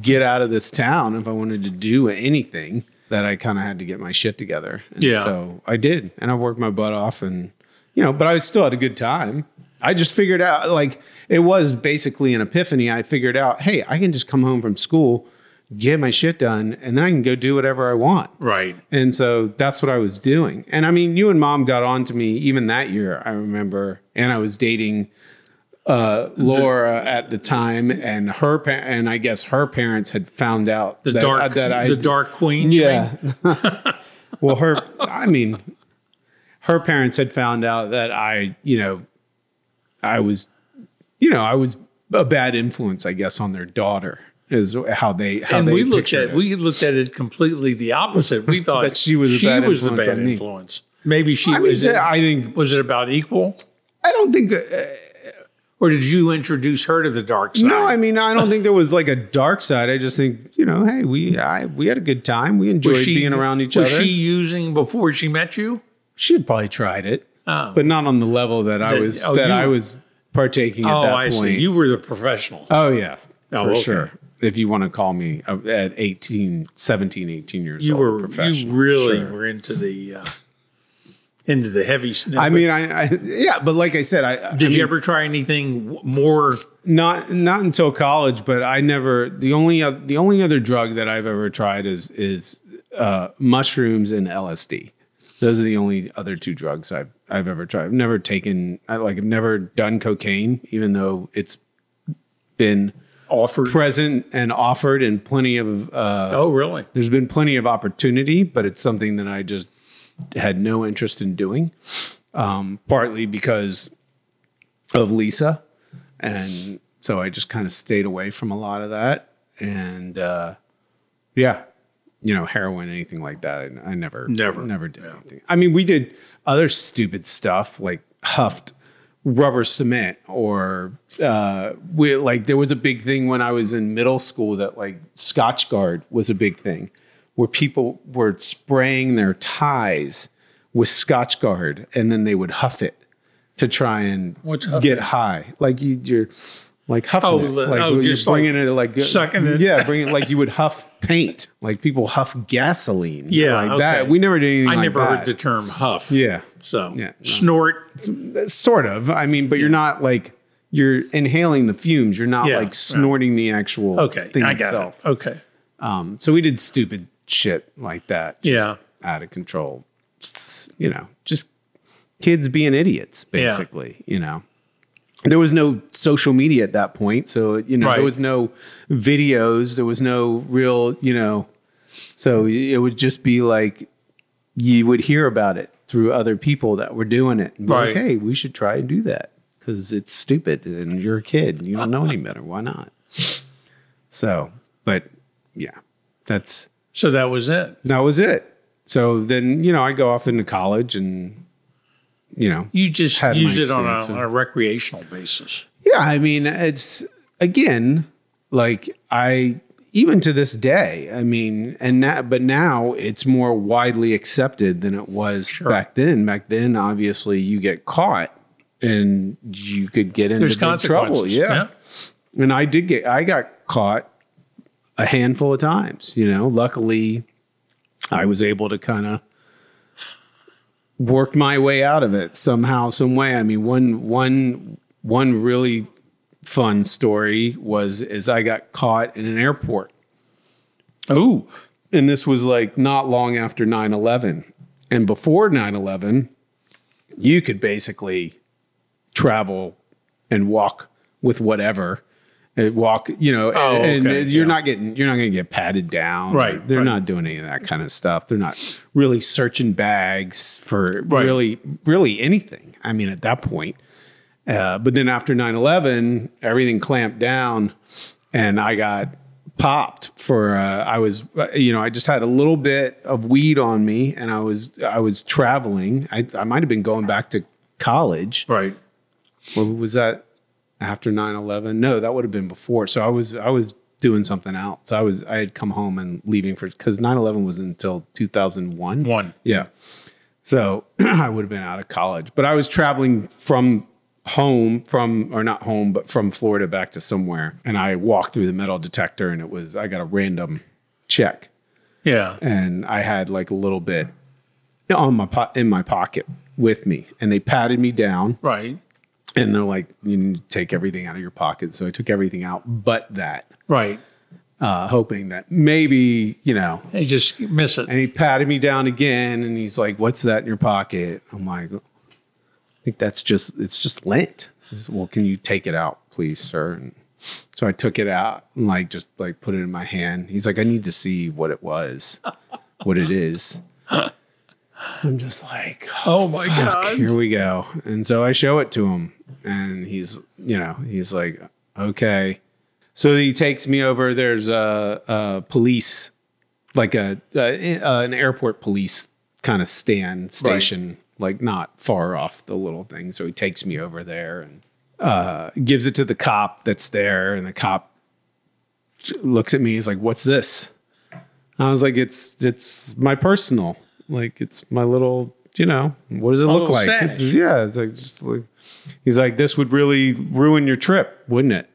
Speaker 2: get out of this town, if I wanted to do anything, that I kind of had to get my shit together. And
Speaker 3: Yeah.
Speaker 2: So I did, and I worked my butt off, and you know, but I still had a good time. I just figured out like it was basically an epiphany. I figured out, hey, I can just come home from school, get my shit done, and then I can go do whatever I want.
Speaker 3: Right.
Speaker 2: And so that's what I was doing. And I mean, you and mom got on to me even that year, I remember. And I was dating uh, Laura at the time, and her pa- and I guess her parents had found out
Speaker 3: The dark
Speaker 2: that I
Speaker 3: the dark queen. you
Speaker 2: yeah. well, her, I mean, her parents had found out that I, you know, I was, you know, I was a bad influence, I guess, on their daughter is how they how
Speaker 3: and
Speaker 2: they
Speaker 3: we looked at
Speaker 2: pictured it.
Speaker 3: we looked at it completely the opposite. We thought
Speaker 2: That she was a bad influence on me.
Speaker 3: influence. Maybe she
Speaker 2: I mean,
Speaker 3: was. it-
Speaker 2: I think
Speaker 3: was it about equal,
Speaker 2: I don't think uh,
Speaker 3: or did you introduce her to the dark side?
Speaker 2: No, I mean I don't think there was like a dark side. I just think you know, hey, we I, we had a good time. We enjoyed being around each
Speaker 3: was
Speaker 2: other.
Speaker 3: she
Speaker 2: She,
Speaker 3: using before she met you?
Speaker 2: had probably tried it, but not on the level that I
Speaker 3: Um, That-
Speaker 2: was
Speaker 3: oh,
Speaker 2: that
Speaker 3: you-
Speaker 2: I was partaking at
Speaker 3: oh,
Speaker 2: that
Speaker 3: I
Speaker 2: point.
Speaker 3: see. You were the professional.
Speaker 2: oh yeah,
Speaker 3: Oh,
Speaker 2: for
Speaker 3: okay.
Speaker 2: sure. If you want to call me uh, at 18, 17, 18 years
Speaker 3: you
Speaker 2: old,
Speaker 3: were. You
Speaker 2: professional,
Speaker 3: really
Speaker 2: sure.
Speaker 3: were into the uh, into the heavy.
Speaker 2: I mean, I, I yeah, but like I said, I
Speaker 3: Did you ever try anything w- more?
Speaker 2: not not until college, but I never the only oth- the only other drug that I've ever tried is is uh, mushrooms and LSD. Those are the only other two drugs I've I've ever tried. I've never taken I like I've never done cocaine, even though it's been
Speaker 3: offered.
Speaker 2: present and offered and plenty of uh,
Speaker 3: oh, really?
Speaker 2: there's been plenty of opportunity, but it's something that I just had no interest in doing. Um, partly because of Lisa, and so I just kind of stayed away from a lot of that. And uh, yeah, you know, heroin, anything like that, I, I never,
Speaker 3: Never.
Speaker 2: never did anything. I mean, we did other stupid stuff like huffed rubber cement or uh we like there was a big thing when i was in middle school that like scotch guard was a big thing where people were spraying their ties with scotch guard and then they would huff it to try and
Speaker 3: What's huff
Speaker 2: get high like you, you're like huffing
Speaker 3: Oh,
Speaker 2: it.
Speaker 3: li-
Speaker 2: like
Speaker 3: oh,
Speaker 2: you're
Speaker 3: just,
Speaker 2: bringing it like
Speaker 3: sucking it.
Speaker 2: yeah bring it like you would huff paint like people huff gasoline
Speaker 3: Yeah,
Speaker 2: like that
Speaker 3: okay.
Speaker 2: we never did anything
Speaker 3: I
Speaker 2: like
Speaker 3: never
Speaker 2: that.
Speaker 3: heard the term huff.
Speaker 2: yeah
Speaker 3: So
Speaker 2: Yeah, no.
Speaker 3: snort.
Speaker 2: sort of. I mean, but you're not like you're inhaling the fumes. You're not
Speaker 3: Yeah,
Speaker 2: like
Speaker 3: yeah.
Speaker 2: snorting the actual
Speaker 3: Okay,
Speaker 2: thing
Speaker 3: I got
Speaker 2: itself.
Speaker 3: it. Okay,
Speaker 2: Um, so we did stupid shit like that. just
Speaker 3: Yeah.
Speaker 2: out of control. S- You know, just kids being idiots, basically. You know, there was no social media at that point, so you know
Speaker 3: Right.
Speaker 2: there was no videos. There was no real, you know. So it would just be like you would hear about it through other people that were doing it. And be
Speaker 3: Right.
Speaker 2: Like, hey, we should try and do that because it's stupid and you're a kid and you don't know any better. Why not? So, but yeah, that's
Speaker 3: so that was it.
Speaker 2: that was it. So then, you know, I go off into college and, you know,
Speaker 3: You just
Speaker 2: Had my
Speaker 3: use it on
Speaker 2: experience,
Speaker 3: a,
Speaker 2: yeah.
Speaker 3: on a recreational basis.
Speaker 2: Yeah, I mean, it's again, like I even to this day, I mean, and now, but now it's more widely accepted than it was back then. Back then, obviously, you get caught and you could get into
Speaker 3: There's
Speaker 2: big
Speaker 3: consequences.
Speaker 2: trouble. yeah, and I did get I got caught a handful of times, you know. Luckily, I was able to kind of work my way out of it somehow, some way. I mean, one one one really fun story was is I got caught in an airport. Oh, and this was like not long after 9/11. And before 9/11, you could basically travel and walk with whatever Uh, walk you know
Speaker 3: Oh,
Speaker 2: and,
Speaker 3: okay,
Speaker 2: and you're
Speaker 3: yeah.
Speaker 2: not getting you're not going to get patted down
Speaker 3: Right,
Speaker 2: they're
Speaker 3: right.
Speaker 2: not doing any of that kind of stuff they're not really searching bags for
Speaker 3: Right.
Speaker 2: really really anything i mean at that point uh, but then after 9-11 everything clamped down and i got popped for uh, I was you know I just had a little bit of weed on me and I was I was traveling I I might have been going back to college
Speaker 3: Right.
Speaker 2: Or was that after 9/11 no that would have been before so I was I was doing something else I was I had come home and leaving for cuz 9/11 was until 2001
Speaker 3: One.
Speaker 2: yeah. So I would have been out of college, but I was traveling from home from or not home but from Florida back to somewhere and I walked through the metal detector and it was I got a random check
Speaker 3: Yeah.
Speaker 2: and I had like a little bit on my po- in my pocket with me and they patted me down
Speaker 3: Right.
Speaker 2: and they're like you need to take everything out of your pocket so I took everything out but that
Speaker 3: Right.
Speaker 2: uh hoping that maybe you know
Speaker 3: They just miss it.
Speaker 2: and he patted me down again and he's like, What's that in your pocket? I'm like, I think that's just it's just lint. He said, well, can you take it out, please, sir? And so I took it out and like just like put it in my hand. He's like, I need to see what it was, what it is. I'm just like,
Speaker 3: Oh my
Speaker 2: fuck,
Speaker 3: God.
Speaker 2: here we go. And so I show it to him, and he's, you know, he's like, okay. So he takes me over. There's a, a police, like a, a an airport police kind of stand station, like not far off the little thing. So he takes me over there and uh, gives it to the cop that's there, and the cop looks at me. He's like, "What's this?" I was like, "It's it's my personal, like it's my little, you know, what does it look
Speaker 3: little
Speaker 2: like?"
Speaker 3: sash.
Speaker 2: It's- yeah, it's like just like he's like, "This would really ruin your trip, wouldn't it?"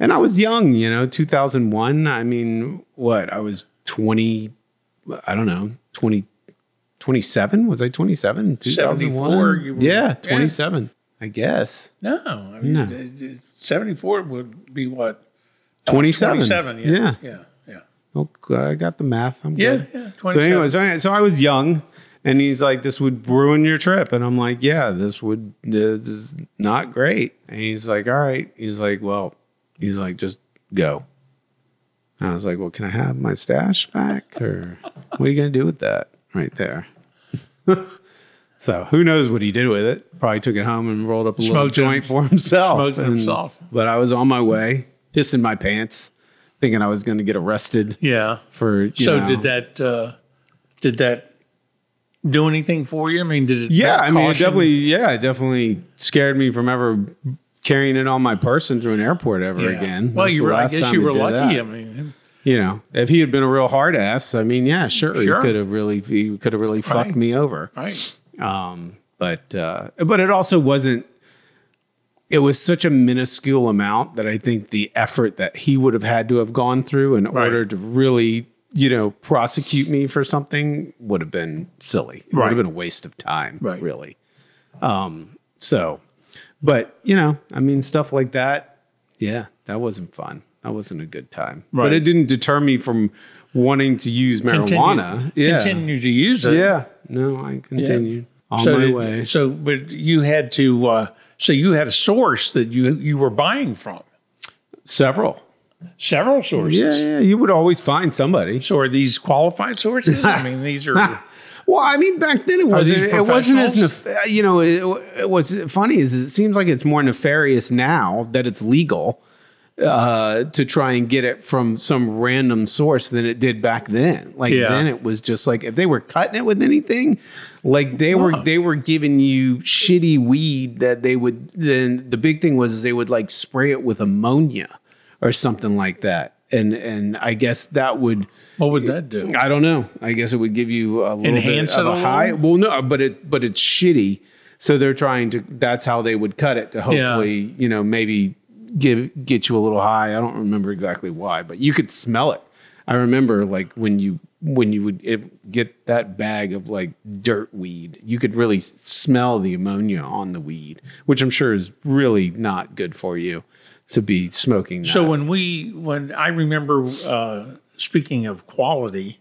Speaker 2: And I was young, you know, 2001. I mean, what? I was 20, I don't know, 20, 27? Was I 27?
Speaker 3: 74, you
Speaker 2: 2001?
Speaker 3: were-
Speaker 2: Yeah, 27, I guess.
Speaker 3: No. I mean, it- it- 74 would be what?
Speaker 2: 27.
Speaker 3: 27.
Speaker 2: yeah.
Speaker 3: Yeah. Yeah. Yeah.
Speaker 2: Well, I got the math. I'm
Speaker 3: Yeah,
Speaker 2: good.
Speaker 3: yeah,
Speaker 2: so, anyways, so I- so I was young, and he's like, "This would ruin your trip," and I'm like, "Yeah, this would. This is not great." And he's like, "All right." He's like, "Well," he's like, "Just go." And I was like, "Well, can I have my stash back, or what are you gonna do with that right there?" so who knows what he did with it? Probably took it home and rolled up a little
Speaker 3: Smoked it.
Speaker 2: joint for himself.
Speaker 3: Smoked it
Speaker 2: And-
Speaker 3: himself.
Speaker 2: But I was on my way, pissing my pants, thinking I was gonna get arrested
Speaker 3: Yeah.
Speaker 2: for you
Speaker 3: So
Speaker 2: know-
Speaker 3: did that uh, did that do anything for you? I mean, did it?
Speaker 2: yeah
Speaker 3: that
Speaker 2: i mean it
Speaker 3: caution-
Speaker 2: definitely yeah it definitely scared me from ever carrying it on my person through an airport ever
Speaker 3: Yeah.
Speaker 2: again
Speaker 3: Well,
Speaker 2: That's
Speaker 3: you
Speaker 2: the
Speaker 3: were, I
Speaker 2: last
Speaker 3: guess
Speaker 2: time
Speaker 3: you
Speaker 2: it
Speaker 3: were
Speaker 2: did
Speaker 3: lucky.
Speaker 2: that.
Speaker 3: I mean,
Speaker 2: you know if he had been a real hard ass i mean yeah sure,
Speaker 3: Sure.
Speaker 2: he could have really he could have really fucked
Speaker 3: Right.
Speaker 2: me over
Speaker 3: right?
Speaker 2: um but uh but it also wasn't it was such a minuscule amount that i think the effort that he would have had to have gone through in order to really you know prosecute me for something would have been silly it would
Speaker 3: Right.
Speaker 2: have been a waste of time
Speaker 3: Right.
Speaker 2: really um so but you know i mean stuff like that yeah that wasn't fun that wasn't a good time
Speaker 3: Right.
Speaker 2: but it didn't deter me from wanting to use marijuana
Speaker 3: Continue,
Speaker 2: yeah
Speaker 3: continue to use it.
Speaker 2: yeah no i continued on
Speaker 3: So,
Speaker 2: my
Speaker 3: did-
Speaker 2: way
Speaker 3: so, but you had to. Uh, so you had a source that you you were buying from.
Speaker 2: Several.
Speaker 3: Several sources.
Speaker 2: Yeah, yeah. You would always find somebody.
Speaker 3: So are these qualified sources? I mean, these are
Speaker 2: Well, I mean, back then it wasn't.
Speaker 3: these
Speaker 2: It wasn't as
Speaker 3: professionals?
Speaker 2: nef- uh, you know. It, it, what's funny is it seems like it's more nefarious now that it's legal uh, to try and get it from some random source than it did back then. Like
Speaker 3: Yeah.
Speaker 2: then it was just like if they were cutting it with anything, like they were they were giving you shitty weed that they would. Then the big thing was they would like spray it with ammonia or something like that, and and I guess that would.
Speaker 3: what would that do?
Speaker 2: I don't know. I guess it would give you a little
Speaker 3: Enhance
Speaker 2: bit
Speaker 3: it
Speaker 2: of
Speaker 3: a
Speaker 2: a
Speaker 3: little?
Speaker 2: high. Well, no, but it but it's shitty. So they're trying to. That's how they would cut it to hopefully you know maybe give get you a little high. I don't remember exactly why, but you could smell it. I remember like when you when you would it, get that bag of like dirt weed, you could really s- smell the ammonia on the weed, which I'm sure is really not good for you to be smoking. That.
Speaker 3: So when we when I remember uh, speaking of quality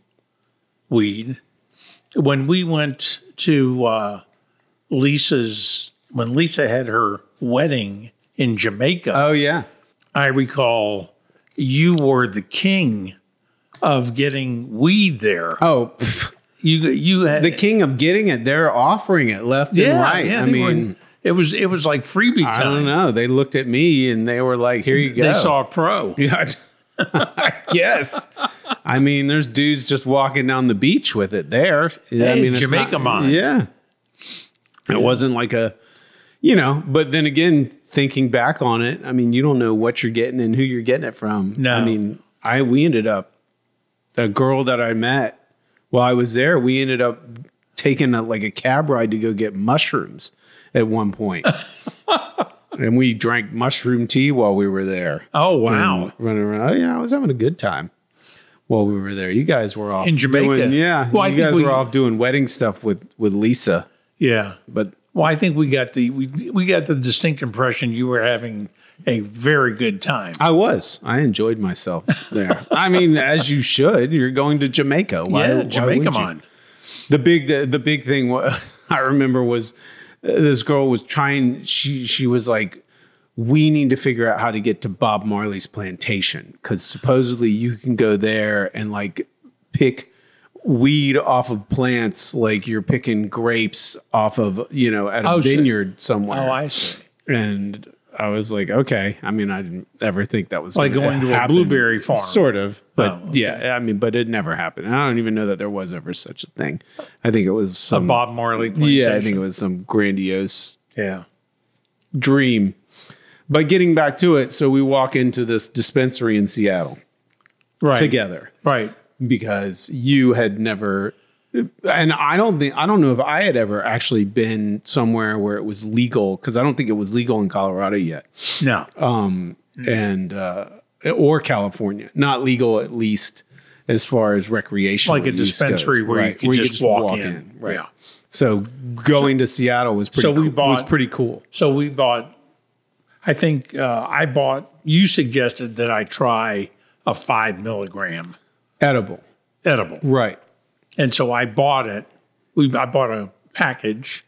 Speaker 3: weed, when we went to uh, Lisa's when Lisa had her wedding in Jamaica,
Speaker 2: oh yeah,
Speaker 3: I recall you were the king of getting weed there.
Speaker 2: oh. pff.
Speaker 3: You you had
Speaker 2: the king of getting it. They're offering it left and right. I
Speaker 3: they were-
Speaker 2: mean,
Speaker 3: it was it was like freebie time.
Speaker 2: I don't know. They looked at me and they were like, "Here you go."
Speaker 3: They saw a pro.
Speaker 2: Yeah. Yes. I mean, there's dudes just walking down the beach with it there. I
Speaker 3: Hey,
Speaker 2: mean, it's
Speaker 3: Jamaica
Speaker 2: not-
Speaker 3: mine.
Speaker 2: Yeah. It wasn't like a, you know, but then again, thinking back on it, I mean, you don't know what you're getting and who you're getting it from.
Speaker 3: No.
Speaker 2: I mean, I, we ended up, the girl that I met while I was there, we ended up taking a, like a cab ride to go get mushrooms at one point. and we drank mushroom tea while we were there
Speaker 3: Oh wow!
Speaker 2: running around. Oh yeah, I was having a good time while we were there. You guys were off
Speaker 3: In Jamaica.
Speaker 2: doing- yeah,
Speaker 3: Well, I
Speaker 2: you
Speaker 3: think
Speaker 2: guys
Speaker 3: we-
Speaker 2: were off doing wedding stuff with with Lisa.
Speaker 3: Yeah.
Speaker 2: But
Speaker 3: Well, I think we got the we we got the distinct impression you were having a very good time.
Speaker 2: I was. I enjoyed myself there. I mean, as you should. You're going to Jamaica. Why,
Speaker 3: yeah,
Speaker 2: why
Speaker 3: Jamaica
Speaker 2: wouldn't you?
Speaker 3: Mon.
Speaker 2: The big the, the big thing wa- I remember was uh, this girl was trying. She she was like. We need to figure out how to get to Bob Marley's plantation because supposedly you can go there and like pick weed off of plants like you're picking grapes off of you know at a
Speaker 3: Oh, shit.
Speaker 2: vineyard somewhere.
Speaker 3: Oh, I see.
Speaker 2: and I was like, okay. I mean, I didn't ever think that was
Speaker 3: Like
Speaker 2: gonna
Speaker 3: going to a
Speaker 2: happen.
Speaker 3: blueberry farm.
Speaker 2: sort of. But
Speaker 3: Oh,
Speaker 2: yeah, I mean, but it never happened. And I don't even know that there was ever such a thing. I think it was
Speaker 3: A
Speaker 2: some
Speaker 3: Bob Marley plantation.
Speaker 2: yeah, I think it was some grandiose
Speaker 3: yeah.
Speaker 2: dream. But getting back to it, so we walk into this dispensary in Seattle
Speaker 3: Right.
Speaker 2: together
Speaker 3: Right.
Speaker 2: because you had never and I don't think I don't know if I had ever actually been somewhere where it was legal because I don't think it was legal in Colorado yet.
Speaker 3: No. Mm-hmm.
Speaker 2: and uh, or California, not legal at least as far as recreational,
Speaker 3: like a
Speaker 2: use
Speaker 3: dispensary
Speaker 2: goes,
Speaker 3: where you
Speaker 2: right,
Speaker 3: can just, walk, in.
Speaker 2: right?
Speaker 3: Yeah.
Speaker 2: So going to Seattle was pretty.
Speaker 3: So we
Speaker 2: cool- was
Speaker 3: bought-
Speaker 2: pretty cool.
Speaker 3: So we bought. I think uh, I bought. You suggested that I try a five milligram
Speaker 2: Edible,
Speaker 3: edible.
Speaker 2: right?
Speaker 3: And so I bought it. We I bought a package,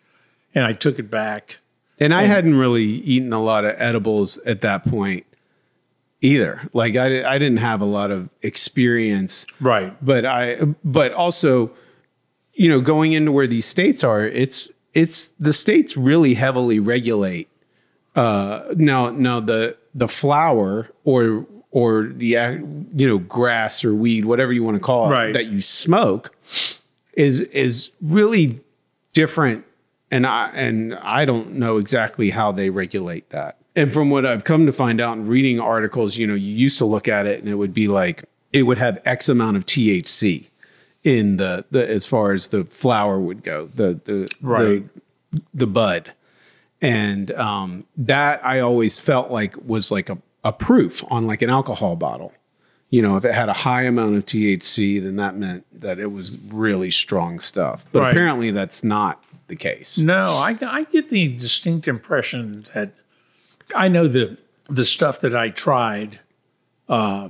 Speaker 3: and I took it back.
Speaker 2: And I hadn't really eaten a lot of edibles at that point either. Like I, di- I didn't have a lot of experience
Speaker 3: Right.
Speaker 2: but I but also you know going into where these states are it's it's the states really heavily regulate uh now now the the flower or or the uh, you know grass or weed whatever you want to call it
Speaker 3: Right.
Speaker 2: that you smoke is is really different and I and I don't know exactly how they regulate that. And from what I've come to find out in reading articles, you know, you used to look at it and it would be like it would have X amount of THC in the, the as far as the flower would go, the the
Speaker 3: Right.
Speaker 2: the, the bud. And um, that I always felt like was like a, a proof on like an alcohol bottle. You know, if it had a high amount of THC, then that meant that it was really strong stuff. But
Speaker 3: Right.
Speaker 2: apparently that's not the case.
Speaker 3: No, I, I get the distinct impression that I know the the stuff that I tried. Um,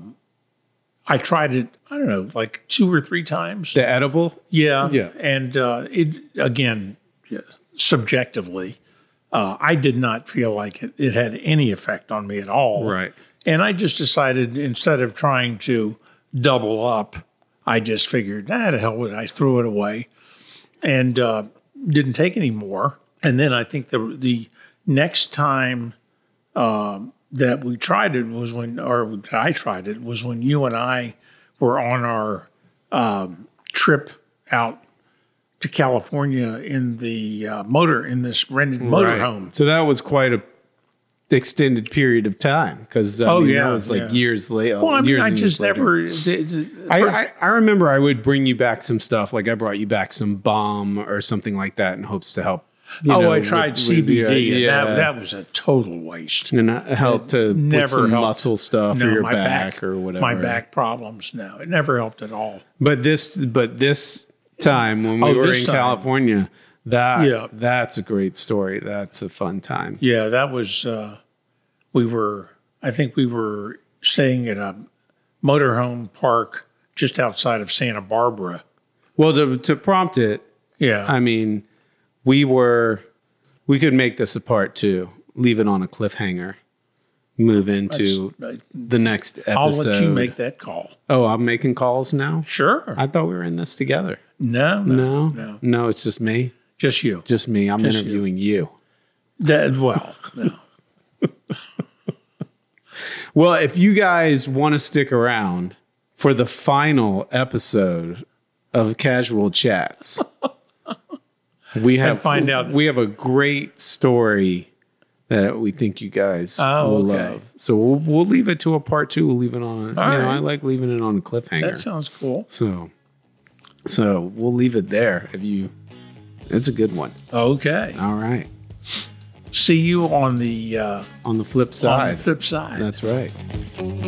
Speaker 3: I tried it. I don't know, like two or three times.
Speaker 2: The edible?
Speaker 3: Yeah.
Speaker 2: Yeah.
Speaker 3: And uh, it, again, yeah, subjectively, uh, I did not feel like it, it had any effect on me at all.
Speaker 2: Right.
Speaker 3: And I just decided instead of trying to double up, I just figured, ah, to hell with it. I threw it away and uh, didn't take any more. And then I think the, the next time um, that we tried it was when, or that I tried it was when you and I were on our um, trip out to California in the uh, motor in this rented motorhome.
Speaker 2: So that was quite a extended period of time because
Speaker 3: Oh,
Speaker 2: mean,
Speaker 3: yeah,
Speaker 2: that was like
Speaker 3: yeah.
Speaker 2: years later.
Speaker 3: Well, I mean,
Speaker 2: years
Speaker 3: I
Speaker 2: and years
Speaker 3: just
Speaker 2: later.
Speaker 3: never. d- d-
Speaker 2: I, I, I remember I would bring you back some stuff. Like I brought you back some bomb or something like that in hopes to help. you
Speaker 3: oh,
Speaker 2: know,
Speaker 3: I
Speaker 2: with-
Speaker 3: tried
Speaker 2: with
Speaker 3: CBD,
Speaker 2: your-
Speaker 3: and
Speaker 2: yeah.
Speaker 3: that, that was a total waste.
Speaker 2: and that helped to
Speaker 3: never
Speaker 2: with some
Speaker 3: helped.
Speaker 2: muscle stuff
Speaker 3: No,
Speaker 2: or your
Speaker 3: my
Speaker 2: back, or whatever.
Speaker 3: My back problems. No, it never helped at all.
Speaker 2: But this, but this time when we
Speaker 3: Oh,
Speaker 2: were
Speaker 3: this
Speaker 2: in
Speaker 3: time.
Speaker 2: California, that
Speaker 3: Yeah.
Speaker 2: that's a great story. That's a fun time.
Speaker 3: Yeah, that was. Uh, we were. I think we were staying at a motorhome park just outside of Santa Barbara.
Speaker 2: Well, to to prompt it,
Speaker 3: Yeah.
Speaker 2: I mean, we were we could make this a part two, leave it on a cliffhanger, move into the next episode.
Speaker 3: I'll let you make that call.
Speaker 2: Oh, I'm making calls now.
Speaker 3: Sure.
Speaker 2: I thought we were in this together.
Speaker 3: no, no,
Speaker 2: No,
Speaker 3: no.
Speaker 2: no, it's just me,
Speaker 3: Just you.
Speaker 2: just me. I'm interviewing you.
Speaker 3: That well, no.
Speaker 2: Well, if you guys want to stick around for the final episode of Casual Chats, we have
Speaker 3: find out-
Speaker 2: we have a great story that we think you guys
Speaker 3: Oh,
Speaker 2: will
Speaker 3: okay.
Speaker 2: love. So we'll, we'll leave it to a part two. We'll leave it on. A,
Speaker 3: All
Speaker 2: you know,
Speaker 3: right.
Speaker 2: I like leaving it on a cliffhanger.
Speaker 3: That sounds cool.
Speaker 2: so, so we'll leave it there. If you, it's a good one.
Speaker 3: Okay.
Speaker 2: All right.
Speaker 3: See you on the uh,
Speaker 2: On the flip
Speaker 3: on
Speaker 2: side.
Speaker 3: the flip side.
Speaker 2: That's right.